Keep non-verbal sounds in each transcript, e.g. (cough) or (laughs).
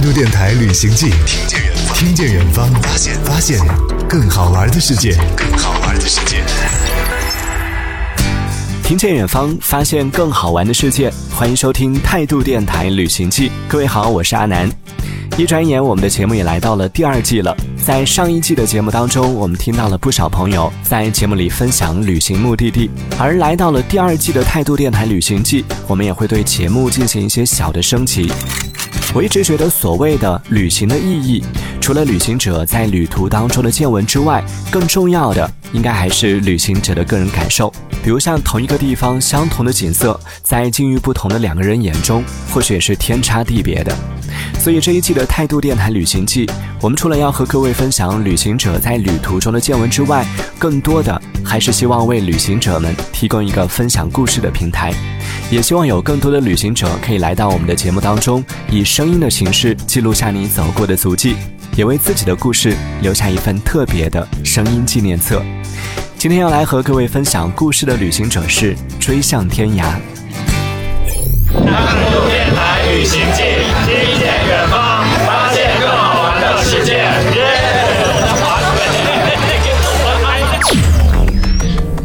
度电台旅行记，听见远方，听见远方，发现发现更好玩的世界，更好玩的世界。听见远方，发现更好玩的世界。欢迎收听态度电台旅行记。各位好，我是阿南。一转眼，我们的节目也来到了第二季了。在上一季的节目当中，我们听到了不少朋友在节目里分享旅行目的地，而来到了第二季的态度电台旅行记，我们也会对节目进行一些小的升级。我一直觉得，所谓的旅行的意义，除了旅行者在旅途当中的见闻之外，更重要的应该还是旅行者的个人感受。比如像同一个地方，相同的景色，在境遇不同的两个人眼中，或许也是天差地别的。所以这一季的态度电台旅行记，我们除了要和各位分享旅行者在旅途中的见闻之外，更多的还是希望为旅行者们提供一个分享故事的平台，也希望有更多的旅行者可以来到我们的节目当中，以声音的形式记录下你走过的足迹，也为自己的故事留下一份特别的声音纪念册。今天要来和各位分享故事的旅行者是追向天涯。探路电台旅行记，听见远方，发现更好玩的世界。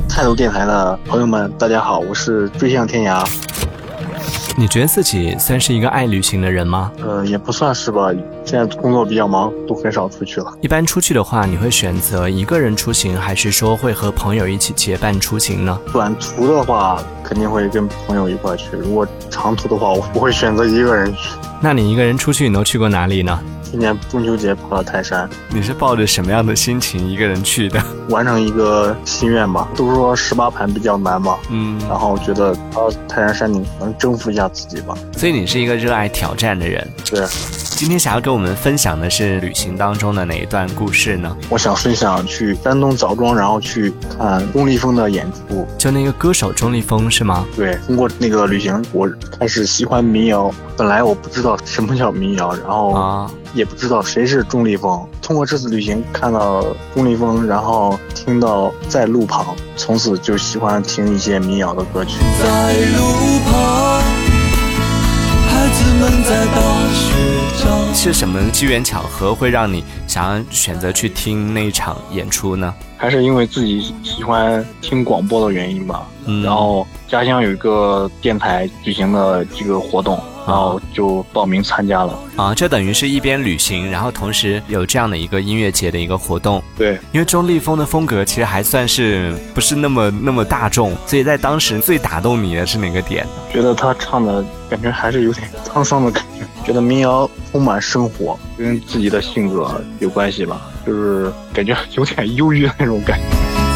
泰斗电台的朋友们，大家好，我是追向天涯，你觉得自己算是一个爱旅行的人吗？呃，也不算是吧，现在工作比较忙，都很少出去了。一般出去的话，你会选择一个人出行，还是说会和朋友一起结伴出行呢？短途的话，肯定会跟朋友一块去；如果长途的话，我我会选择一个人去。那你一个人出去，你都去过哪里呢？今年中秋节跑了泰山，你是抱着什么样的心情一个人去的？完成一个心愿吧。都说十八盘比较难嘛， (laughs) 嗯，然后觉得到泰山山顶能征服一下自己吧。所以你是一个热爱挑战的人。是，今天想要跟我们分享的是旅行当中的哪一段故事呢？我想分享去山东枣庄，然后去看钟立风的演出。就那个歌手钟立风是吗？对，通过那个旅行，我开始喜欢民谣。本来我不知道什么叫民谣，然后啊，也不知道谁是钟立风。通过这次旅行，看到钟立风，然后听到在路旁，从此就喜欢听一些民谣的歌曲。在路旁，孩子们在打雪仗。是什么机缘巧合会让你想要选择去听那一场演出呢？还是因为自己喜欢听广播的原因吧。嗯然后家乡有一个电台举行的这个活动，然后就报名参加了。啊，这等于是一边旅行，然后同时有这样的一个音乐节的一个活动。对，因为钟立风的风格其实还算是不是那么那么大众，所以在当时最打动你的是哪个点？觉得他唱的感觉还是有点沧桑的感觉，觉得民谣充满生活，跟自己的性格有关系吧，就是感觉有点忧郁那种感觉。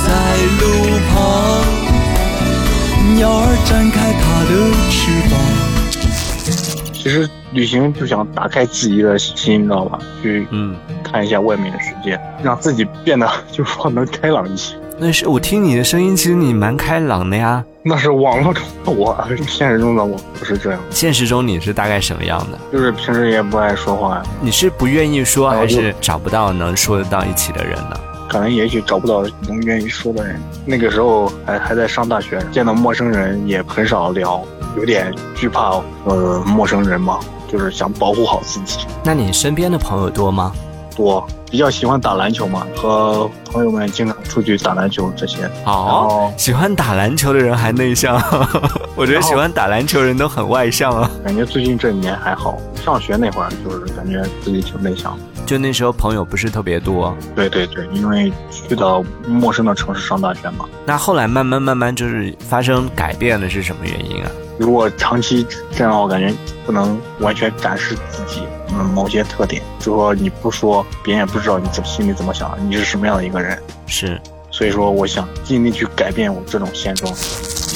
在路旁，鸟儿展开它的翅膀。其实旅行就想打开自己的心，你知道吧？去嗯，看一下外面的世界，让自己变得就是说能开朗一些。那是我听你的声音，其实你蛮开朗的呀。那是网络中的我，现实中的我不是这样，现实中你是大概什么样的？就是平时也不爱说话，你是不愿意说，哎我还就是找不到能说得到一起的人呢？可能也许找不到能愿意说的人。那个时候还还在上大学，见到陌生人也很少聊，有点惧怕呃陌生人嘛，就是想保护好自己。那你身边的朋友多吗？我比较喜欢打篮球嘛，和朋友们经常出去打篮球这些。哦哦，喜欢打篮球的人还内向， (laughs) 我觉得然后喜欢打篮球的人都很外向啊。感觉最近这一年还好，上学那会儿就是感觉自己挺内向的。就那时候朋友不是特别多，对对对，因为去到陌生的城市上大学嘛，那后来慢慢慢慢就是发生改变的是什么原因啊？如果长期这样，我感觉不能完全展示自己，嗯，某些特点，就说你不说，别人也不知道你怎么心里怎么想，你是什么样的一个人。是所以说，我想尽力去改变我这种现状。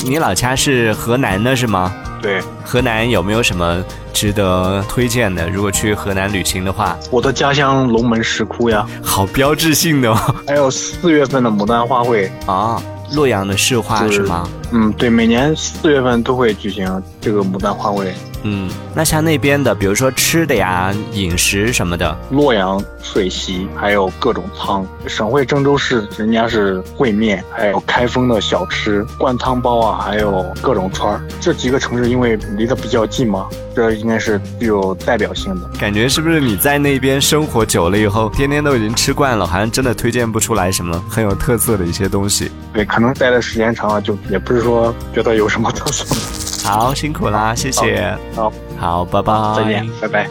你老家是河南的是吗？对，河南有没有什么值得推荐的？如果去河南旅行的话，我的家乡龙门石窟呀，好标志性的哦。 (laughs) 还有四月份的牡丹花卉，啊，洛阳的市花就是是吗？嗯，对，每年四月份都会举行这个牡丹花卉嗯，那像那边的，比如说吃的呀、饮食什么的，洛阳水席，还有各种汤。省会郑州市人家是烩面，还有开封的小吃、灌汤包啊，还有各种串儿。这几个城市因为离得比较近嘛，这应该是具有代表性的。感觉是不是你在那边生活久了以后，天天都已经吃惯了，好像真的推荐不出来什么很有特色的一些东西。对，可能待的时间长了，就也不是说觉得有什么特色。好，辛苦啦，谢谢。好，好，拜拜，再见，拜拜。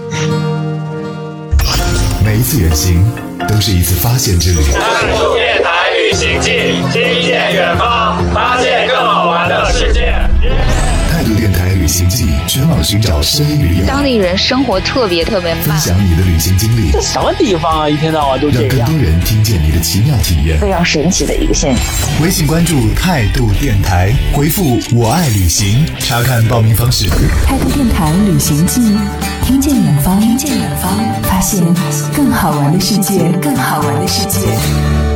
每一次远行都是一次发现之旅。态度电台旅行记，听见远方，发现更好玩的世界。态度电台旅行记，全网寻找声音旅游，当地人生活特别特别分慢。享你的旅行经历，什么地方啊？一天到晚都这让更样。多人听见你的奇妙体验。非常神奇的一个现象。微信关注态度电台，回复“我爱旅行”，查看报名方式。态度电台旅行记，听见远方，听见远方，发现更好玩的世界，更好玩的世界。